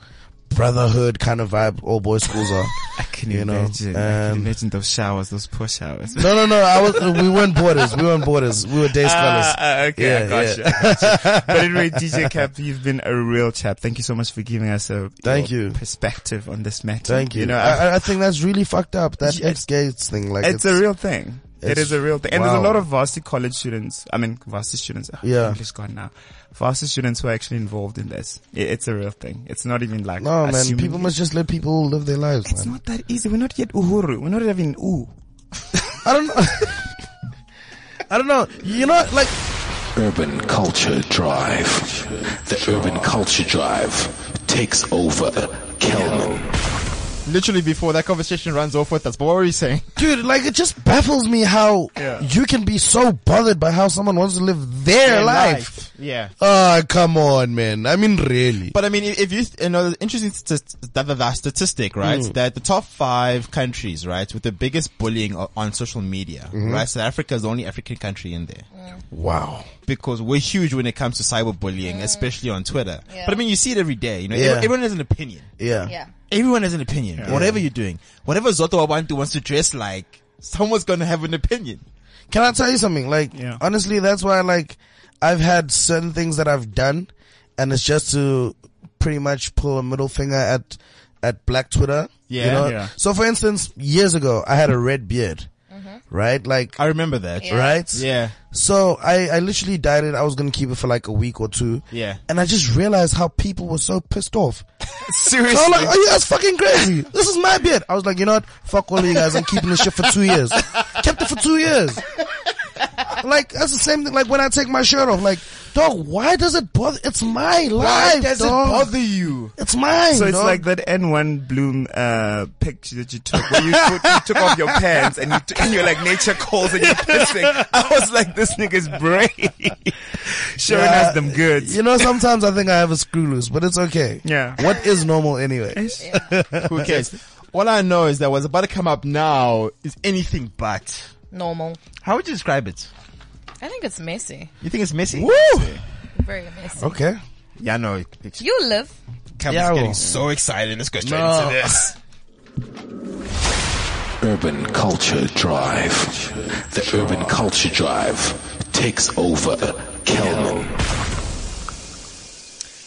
brotherhood kind of vibe all boys schools are.
I can
you know,
imagine. I can
um,
imagine those showers, those poor showers.
No, no, no. I was. We weren't boarders. We weren't boarders. We were day scholars.
Ah, ah, okay, I gotcha, I gotcha. But anyway, DJ Cap, you've been a real chap. Thank you so much for giving us a
Thank
your perspective on this matter.
Thank you.
know, I-
I, I think that's really fucked up. That ex gates thing. Like
it's, a real thing. It
it's-
is a real thing. And there's a
wow.
lot of varsity college students. I mean, varsity students. Oh,
Yeah.
English gone now. Varsity students who are actually involved in this. I- it's a real thing. It's not even like,
No man,
assuming
people must just let people live their lives.
It's
man.
not that easy. We're not yet uhuru. We're not having ooh.
I don't know. I don't know. You know, like
Urban Culture Drive. The Urban Culture Drive takes over Kelman.
Literally before that conversation runs off with us. But what were you saying?
dude, like it just baffles me how you can be so bothered by how someone wants to live their, life.
Yeah.
Ah, come on, man. I mean, really.
But I mean, if if you, you know, the interesting statist- that, that, that statistic, right?
Hmm.
That the top five countries, right, with the biggest bullying o- on social media,
Mm-hmm.
right? South Africa is the only African country in there.
Wow.
Because we're huge when it comes to cyberbullying, especially on Twitter.
Yeah.
But I mean, you see it every day, you know,
Yeah.
everyone, everyone has an opinion.
Yeah.
Yeah.
Everyone has an opinion. Whatever you're doing, whatever Zoto Abantu wants to dress like, someone's gonna have an opinion.
Can I tell you something? Like,
Yeah.
honestly, that's why, like, I've had certain things that I've done, and it's just to pretty much pull a middle finger at, at black Twitter. Yeah. You know?
Yeah.
So for instance, years ago, I had a red beard. Right? Like,
I remember that.
right?
Yeah.
So I, I literally dyed it. I was going to keep it for like a week or two.
Yeah.
And I just realized how people were so pissed off.
Seriously.
So I'm like, are you guys fucking crazy? This is my beard. I was like, you know what? Fuck all of you guys. I'm keeping this shit for two years. Kept it for two years. Like, that's the same thing. Like, when I take my shirt off, like, dog, why does it bother? It's my life.
does it
dog.
bother you?
It's mine.
So it's
dog.
like that N1 Bloom uh, picture that you took where you, put, you took off your pants and, you t- and you're like nature calls and you're pissing. I was like, this nigga's brain showing
Yeah.
us them goods.
You know, sometimes I think I have a screw loose, but it's okay.
Yeah.
What is normal anyway?
Who cares? All I know is that what's about to come up now is anything but.
Normal.
How would you describe it?
I think it's messy.
You think it's messy? Woo!
Very messy.
Okay.
Yeah, I know.
You live.
Cam's
Yeah,
getting
well.
so excited. Let's go straight
No.
into this.
Urban Culture Drive. The Urban Culture Drive takes over Kelman.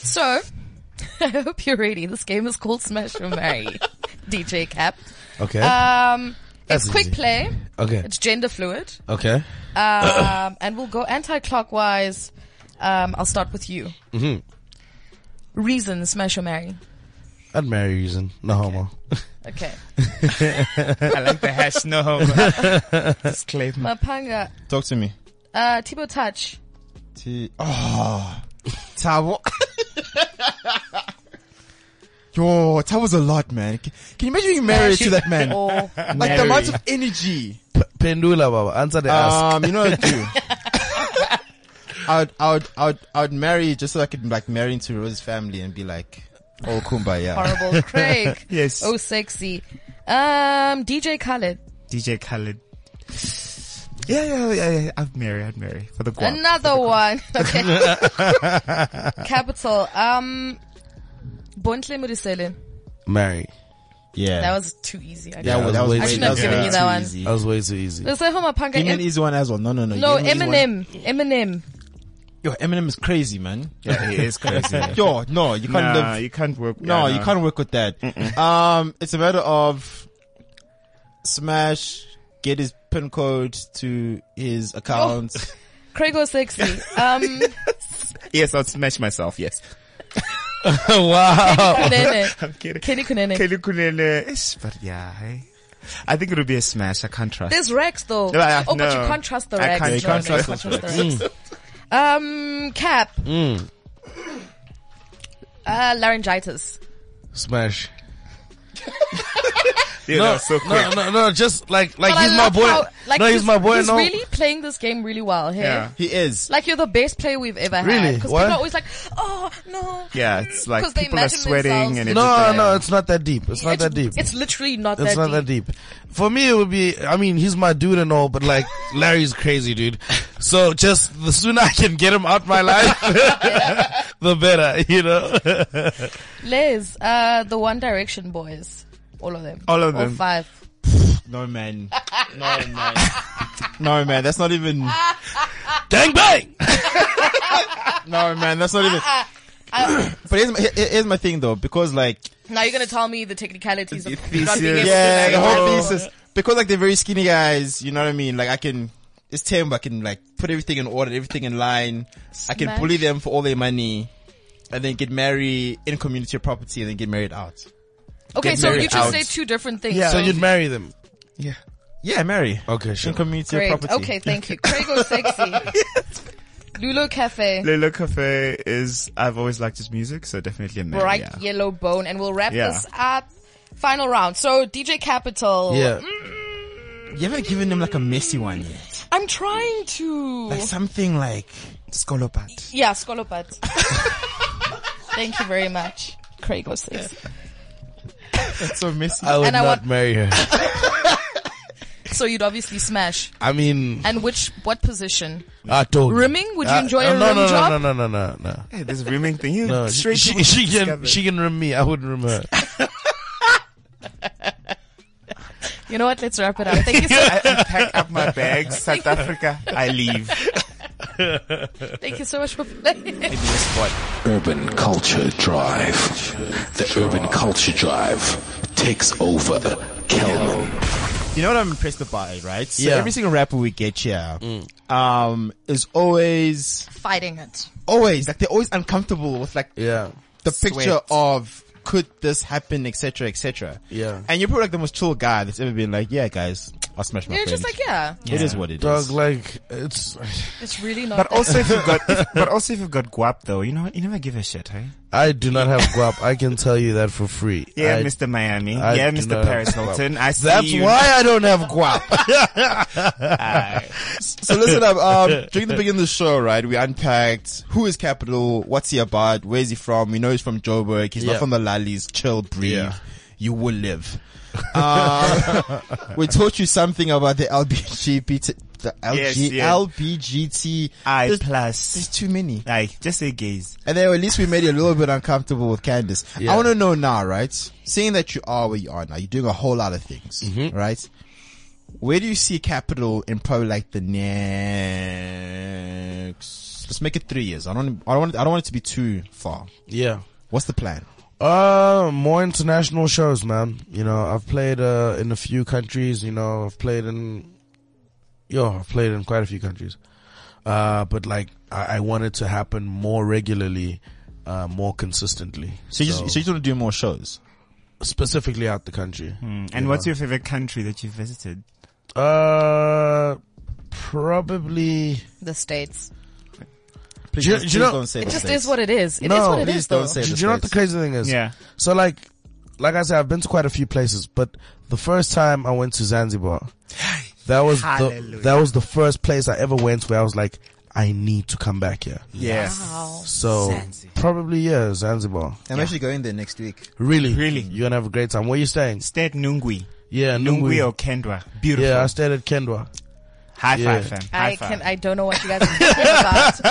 So, I hope you're ready. This game is called Smash or Marry. DJ Cap.
Okay.
Um,
That's
it's quick
easy.
play.
okay.
It's gender fluid.
Okay.
Um, and we'll go anti-clockwise. Um, I'll start with you. Mm-hmm. Reason, smash or marry.
I'd marry reason. No homo.
Okay.
I like the hash, no homo. Disclaimer.
Mapanga,
Talk to me.
uh, Tibo Touch.
T- oh. Tabo. Yo, Tabo's a lot, man. Can, can you imagine being married to that man?
Or,
Like the amount of energy.
P- Pendula, baba. Answer the ask.
Um, you know what I'd do? I'd, I'd, I'd, I'd marry just so I could like marry into Rose's family and be like, oh, kumbaya.
horrible Craig.
Yes.
Oh, sexy. Um, DJ Khaled.
DJ Khaled. Yeah, yeah, yeah, yeah. I'd marry, I'd marry. For the guap.
Another one. Okay. Capital. Um, Bontle Murisele.
Marry.
Yeah.
That was too easy. I
that
guess.
was, that was,
I
way
shouldn't
too-
have given
way
you that
too
one.
easy.
That was way too easy.
Let's say Homer Panga.
Give me an
Em-
easy one as well. No, no, no.
no,
Give me an easy one.
Eminem. Eminem.
Yo, Eminem is crazy, man.
Yeah, he is crazy.
Yo, no, you can't
nah,
live.
you can't work.
no,
yeah,
you can't work with that. Um, it's a matter of smash, get his pin code to his account.
Oh. Craig or sexy. Um,
Yes, I'd smash myself, yes.
Kunene.
I'm kidding.
Kenny Kunene.
Kelly Kulele. Ish, But yeah, hey. I think it'll be a smash. I can't trust.
There's Rex though.
No, I-
oh, but
no.
you can't trust the
I
Rex.
can't-
No,
you can't
no, you
trust
can't trust the Rex.
Mm.
Um, Cap. Uh, laryngitis.
Smash.
Yeah,
no,
that's so
no,
quick.
no, no, just like, like
But I
he's my
love
boy.
how- like,
no, he's, my boy.
He's
no,
really playing this game really well here.
Yeah.
He is.
Like you're the best player we've ever had.
Really?
Because people
What?
are always like, oh no.
Yeah, it's like
'Cause they
people are
imagine
sweating
themselves-
and
no,
everything.
no, it's not that deep. It's not
it's,
that deep.
It's literally not
It's
that
not
deep.
that deep. For me, it would be. I mean, he's my dude and all, but like Larry's crazy, dude. So just the sooner I can get him out my life, the better. You know.
Les, uh, the One Direction boys, all of them.
All of
All
them.
five.
No man. No man. No man. That's not even.
Dang bang.
No man. That's not even.
I-
But here's my, here- here's my thing though, because like
now you're gonna tell me the technicalities of not being able
yeah,
to
the
navigate.
whole thesis. Because like they're very skinny guys, you know what I mean? Like I can, it's terrible. I can like put everything in order, everything in line. I can
Smash.
bully them for all their money, and then get married in community property, and then get married out.
Okay,
Get
so you
married
just
out.
say two different things. Oh,
So you'd marry them.
Yeah, marry
Okay,
in
sure.
community
Great.
property.
Okay, thank you. Craigo sexy. Lulo Cafe.
Lelo Cafe is, I've always liked his music, so definitely a man.
bright
yeah.
yellow bone, and we'll wrap
Yeah.
this up. Final round. So DJ Capital.
Yeah.
You haven't given them like a messy one yet.
I'm trying to.
Like something like
Skolopat.
Yeah, Skolopat. Thank you very much. Craig was this.
that's so messy.
I would
And I
not
want-
marry her.
So you'd obviously smash.
I mean,
And which, what position?
I told you.
Rimming? Would you
Uh,
enjoy
no,
a
no,
rim
no,
job?
No, no, no, no, no.
Hey, this rimming thing, you
no. She,
straight
she,
to
she can
discovery.
she can rim me. I wouldn't rim her.
You know what? Let's wrap it up. Thank you so,
I pack up my bags, South Africa, I leave.
thank you so much for playing.
Urban Culture Drive. The Urban Culture Drive takes over Kelman.
You know what I'm impressed by, right? So
Yeah.
every single rapper we get here,
Mm.
um, is always,
Fighting it.
always, like they're always uncomfortable with like
Yeah.
the picture of could this happen, etc., etc.
Yeah.
And you're probably like the most chill guy that's ever been like, yeah, guys, I'll smash my
You're
friend.
just like, yeah,
It is what it is.
Dog, like it's.
it's really not.
But
that-
also if you've got, if, but also if you've got guap though, you know what? You never give a shit, hey?
I do not have guap. I can tell you that for free.
Yeah,
I-
Mr. Miami.
I
yeah,
do
Mr.
not have
Paris
guap.
Hilton. I see
That's
you.
why I don't have guap.
so listen up, um, during the beginning of the show, right, we unpacked who is Capital, what's he about, where's he from, we know he's from Joburg, he's
Yeah.
not from the Lallies, chill, breathe,
Yeah.
you will live. Uh, we taught you something about the LGBT, the LG,
Yes, yes.
LBGT.
I
There's- there's
plus.
too many.
I just say gays.
And then at least we made you a little bit uncomfortable with Candace. I want to know now, right? Seeing that you are where you are now, you're doing a whole lot of things, right? Where do you see capital in probably like the next? Let's make it three years. I don't. I don't. Want, I don't want it to be too far.
yeah.
What's the plan?
Uh, more international shows, man. You know, I've played uh, in a few countries. You know, I've played in, yo, I've played in quite a few countries. Uh, but like, I, I want it to happen more regularly, uh, more consistently.
So you just, so you just want to do more shows?
specifically out the country.
Hmm.
And what's your favorite country that you visited?
Uh, probably.
the states.
Please,
Do you-
please
do you know-
don't say
It
the
just
States.
is what it is. It is
No,
what it
please
is,
don't
though.
say
Do
the
you know what the
States.
crazy thing is?
Yeah.
So like, like I said, I've been to quite a few places, but the first time I went to Zanzibar, that was the,
Hallelujah.
that was the first place I ever went where I was like, I need to come back here.
Yes.
Wow.
So probably yeah, Zanzibar.
I'm actually going there next week.
Really,
Really?
you're gonna have a great time. Where you staying?
Stay at Nungwi.
Yeah,
Nungwi
Nungwi.
or Kendwa. oh, Beautiful.
Yeah, I stayed at Kendwa.
High
Yeah.
five, fam. High
I
five.
can. I don't know what you guys are talking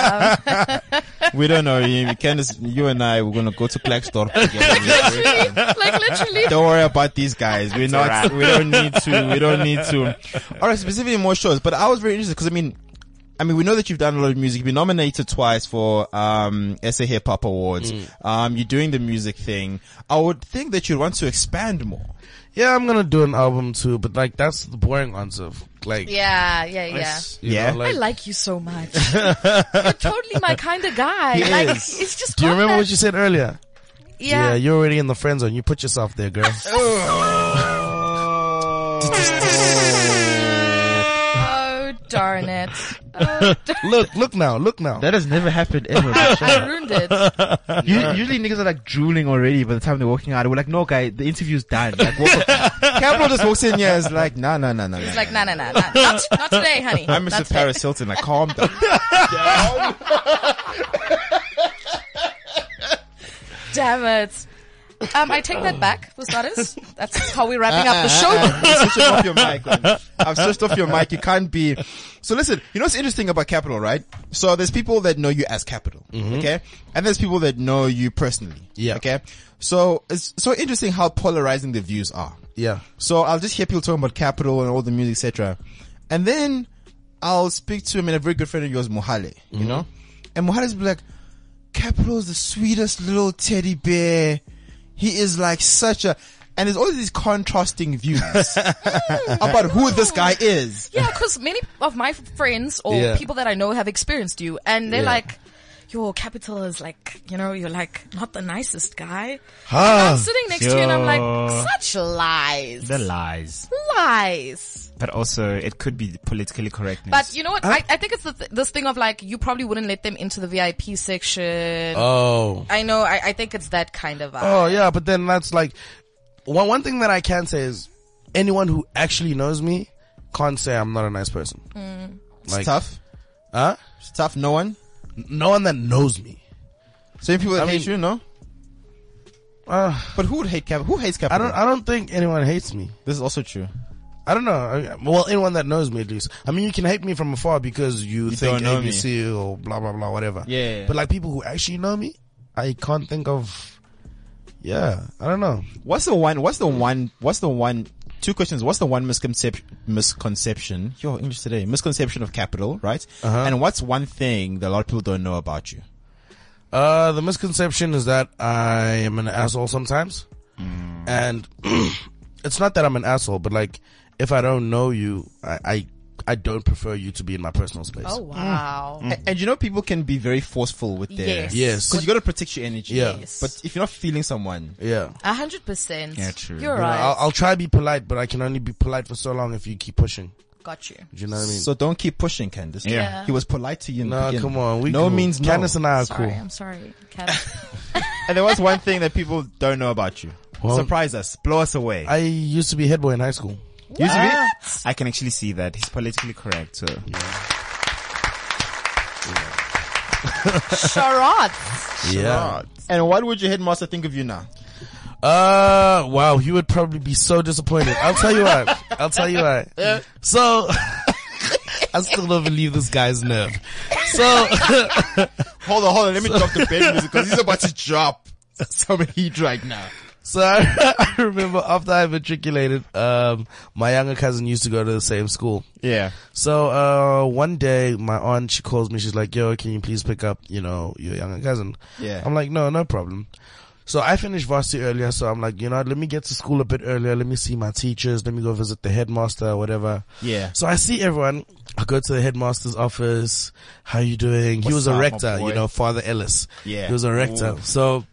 about. Um,
we don't know. You, Candace, you and I, we're gonna go to Blackstorp together.
like literally.
don't worry about these guys. We're not.
alright.
We don't need to. We don't need to. All right, specifically more shows. But I was very interested because I mean, I mean, we know that you've done a lot of music. You've been nominated twice for um SA Hip Hop Awards. Um, you're doing the music thing. I would think that you'd want to expand more.
Yeah, I'm gonna do an album too, but like that's the boring answer. Like,
Yeah, yeah, yeah.
you
Yeah.
know,
I
like-
like you so much. You're totally my kind of guy.
He
like
is.
it's just.
do you
got
remember
that-
what you said earlier?
Yeah.
you're already in the friend zone. You put yourself there, girl.
Oh, Darn it. Oh,
look, look now, look now.
That has never happened ever.
I- I ruined it.
You, Usually niggas are like drooling already by the time they're walking out. We're like, no, guy, the interview's done. Like, walk Capital just walks in here and is like, nah, nah, nah, nah.
It's like, nah, nah, nah, nah. Not, not today, honey.
I'm
Not
Mr.
today.
Paris Hilton. Like, calm down.
Damn it. Um, I take that back for starters. That's how we're wrapping up the
Uh,
show.
Switch off your mic. man. I've switched off your mic. You can't be. So listen, you know what's interesting about Capital, right? So there's people that know you as Capital, okay, and there's people that know you personally,
Yeah.
okay. So it's so interesting how polarizing the views are.
Yeah.
So I'll just hear people talking about Capital and all the music, etc. And then I'll speak to him and a very good friend of yours, Mohale, you know? And Mohale's be like, Capital's the sweetest little teddy bear. He is like such a, and there's all these contrasting views about who this guy is.
Yeah, because many of my friends or
Yeah.
people that I know have experienced you, and they're
Yeah.
like, "Your capital is like, you know, you're like not the nicest guy."
Ah.
And I'm sitting next to you, and I'm
Yo.
like, "Such lies,
The lies.
lies."
But also, it could be politically correctness.
But you know what? I, I think it's the th- this thing of like you probably wouldn't let them into the VIP section.
Oh.
I know. I, I think it's that kind of vibe.
Oh yeah, but then that's like one one thing that I can say is anyone who actually knows me can't say I'm not a nice person.
Mm.
It's tough.
Huh?
It's tough. No one.
No one that knows me.
Same people that hate you, no? but who would hate Capital? Who hates
I
Capital?
don't. I don't think anyone hates me.
This is also true.
I don't know. I- Well, anyone that knows me at least. I mean, you can hate me from afar because you, think
don't know
ABC or blah blah blah whatever.
Yeah.
But like people who actually know me, I can't think of. Yeah, I don't know.
What's the one? What's the one? What's the one? Two questions. What's the one misconception? Misconception. Yo, English today. Misconception of capital, right?
Uh-huh.
And what's one thing that a lot of people don't know about you?
Uh, the misconception is that I am an asshole sometimes.
Hmm.
And it's not that I'm an asshole, but like, if I don't know you, I, I, I don't prefer you to be in my personal space.
Oh wow.
A- And, you know, people can be very forceful with their
Yes. Yes.
because you got to protect your energy.
Yeah. Yes.
But if you're not feeling someone,
yeah,
A hundred percent. You're
You know,
right.
I'll, I'll try to be polite, but I can only be polite for so long if you keep pushing.
Got you.
Do you know what I mean?
So don't keep pushing, Candice.
Yeah. Yeah.
He was polite to you. In the
no,
beginning.
come on. We
no
cool.
means no.
Candace and I are
sorry.
cool.
I'm sorry. Kat.
And there was one thing that people don't know about you.
Well-
Surprise us. Blow us away.
I used to be head boy in high school.
Used to be-
I can actually see that. He's politically correct. So.
Charades.
Yeah.
And what would your headmaster think of you now?
Uh, wow, he would probably be so disappointed. I'll tell you what. I'll tell you what. So, I still don't believe this guy's nerve. So,
Hold on, hold on. Let me drop the bed music because he's about to drop some heat right now.
so I, I remember after I matriculated, um, my younger cousin used to go to the same school.
Yeah.
So, uh, one day my aunt, she calls me, she's like, yo, can you please pick up, you know, your younger cousin?
Yeah.
I'm like, no, no problem. So I finished varsity earlier, so I'm like, you know, let me get to school a bit earlier. Let me see my teachers. Let me go visit the headmaster or whatever.
Yeah.
So I see everyone. I go to the headmaster's office. How you doing? he
What's
was a
up, my
rector,
boy?
you know, Father Ellis.
Yeah.
He was a rector.
Ooh.
So,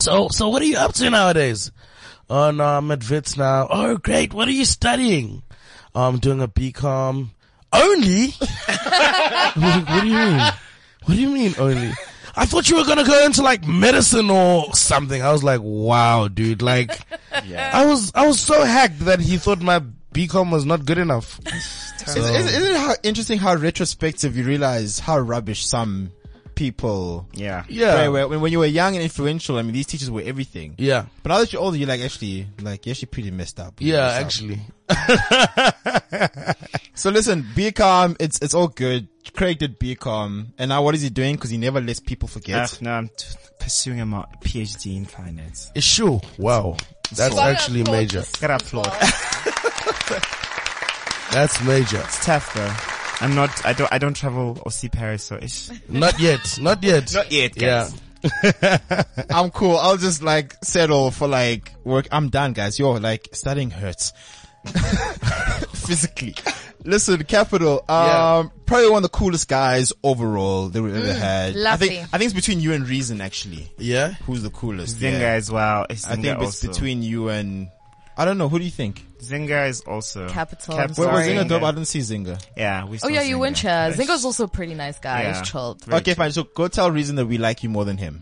so, so what are you up to nowadays? Oh no, I'm at Vits now. Oh great. What are you studying? I'm doing a BCom. Only? what, what do you mean? What do you mean only? I thought you were gonna go into like medicine or something. I was like, wow, dude. Like, I was, I was so hacked that he thought my BCom was not good enough.
Is,
Um,
is, isn't it how interesting how retrospective you realize how rubbish some people
Yeah.
Yeah.
were- were- when, when you were young and influential, I mean, these teachers were everything.
Yeah.
But now that you're older, you're like, actually, like, you're actually pretty messed up. You
Yeah,
messed up.
actually.
So listen, BCom, it's, it's all good. Craig did BCom. And now what is he doing? Cause he never lets people
Uh,
forget.
no, I'm t- pursuing a mo- PhD in finance.
Sure. Wow. That's
Gotta
actually
applaud
major.
this
Gotta
as well.
applaud.
That's major.
It's tough though. I'm not. I don't. I don't travel or see Paris, so it's
Not yet. Not yet.
not yet.
yeah.
Guys.
I'm cool. I'll just like settle for like work. I'm done, guys. Yo, like studying hurts physically. Listen, Capital. Um,
Yeah.
probably one of the coolest guys overall that we've ever had.
lovely.
I think I think it's between you and Reason actually.
Yeah.
Who's the coolest?
Zinga
yeah.
as well. It's
I
Zinga
think it's
also.
between you and I don't know. Who do you think?
Zinga is also
Capital,
Wait,
I'm
was
sorry.
Zinga dope? I didn't see Zinga.
Yeah, we
Oh yeah, you win, Cher. Zingo's also a pretty nice guy.
Yeah.
He's chilled.
okay, fine. So go tell Reason that we like you more than him.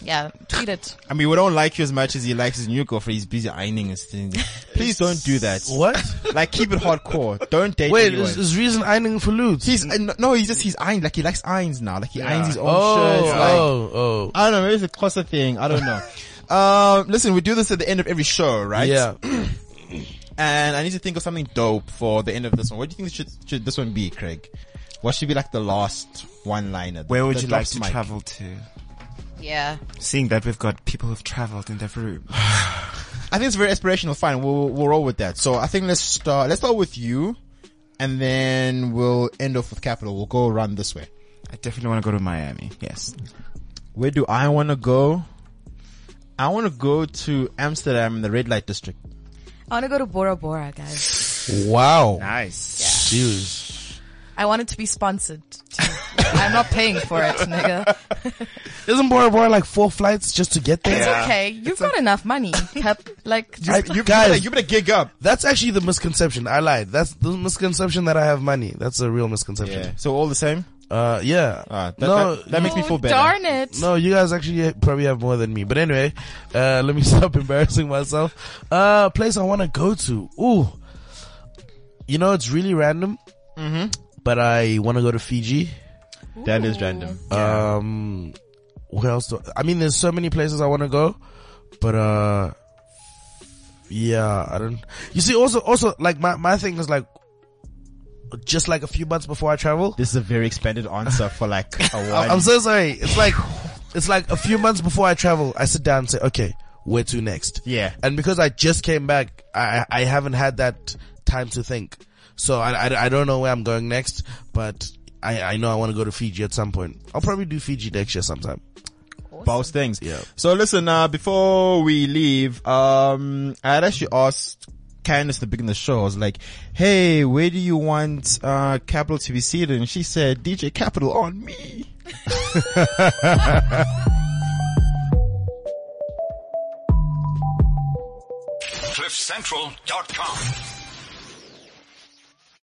Yeah, tweet it.
I mean, we don't like you as much as he likes his new girlfriend. He's busy ironing his things. Please don't do that.
What?
like, keep it hardcore. Don't date
Wait,
anyone.
is, is Reason ironing for loots?
He's uh, no- no, he's just he's ironing like he likes irons now. Like he
Yeah.
irons his own
Oh,
shirts.
oh, oh.
I don't know. Maybe it's a cluster thing. I don't know. um, listen, we do this at the end of every show, right?
Yeah.
and I need to think of something dope for the end of this one. What do you think should, should this one be, Craig? What should be like the last one liner?
Where would you like to travel to?
Yeah.
Seeing that we've got people who've traveled in the room.
I think it's very aspirational. Fine, we'll we'll roll with that. So I think let's start. Let's start with you, and then we'll end off with capital. We'll go around this way.
I definitely want to go to Miami. Yes.
Where do I want to go? I want to go to Amsterdam in the red light district.
I want to go to Bora Bora, guys.
Wow.
Nice.
I want it to be sponsored. too. I'm not paying for it, nigga.
Isn't Bora Bora like four flights just to get there?
It's okay. You've got enough money. Cap- like,
I-
just,
guys,
better gig up.
that's actually the misconception. I lied. That's the misconception that I have money. That's a real misconception.
Yeah. So all the same.
Uh, yeah.
that-
no,
that- that makes me
Oh,
feel better.
Darn it.
no, you guys actually probably have more than me. But anyway, uh, let me stop embarrassing myself. Uh, place I want to go to. Ooh, you know it's really random, mm-hmm. but I want to go to Fiji.
That is random.
Um, where else? Do, I mean, there's so many places I want to go, but uh, yeah, I don't. You see, also, also, like my my thing is like, just like a few months before I travel,
This is a very expanded answer for like a one.
I'm so sorry. It's like, it's like a few months before I travel, I sit down and say, okay, where to next?
Yeah.
And because I just came back, I, I haven't had that time to think. So I, I, I don't know where I'm going next, but I, I know I want to go to Fiji at some point. I'll probably do Fiji next year sometime.
boss things.
Yeah.
So listen, uh, before we leave, um, I had actually asked Candace to begin the show. I was like, "Hey, where do you want uh Capital to be seated?" And she said, "DJ Capital on me."
CliffCentral.com.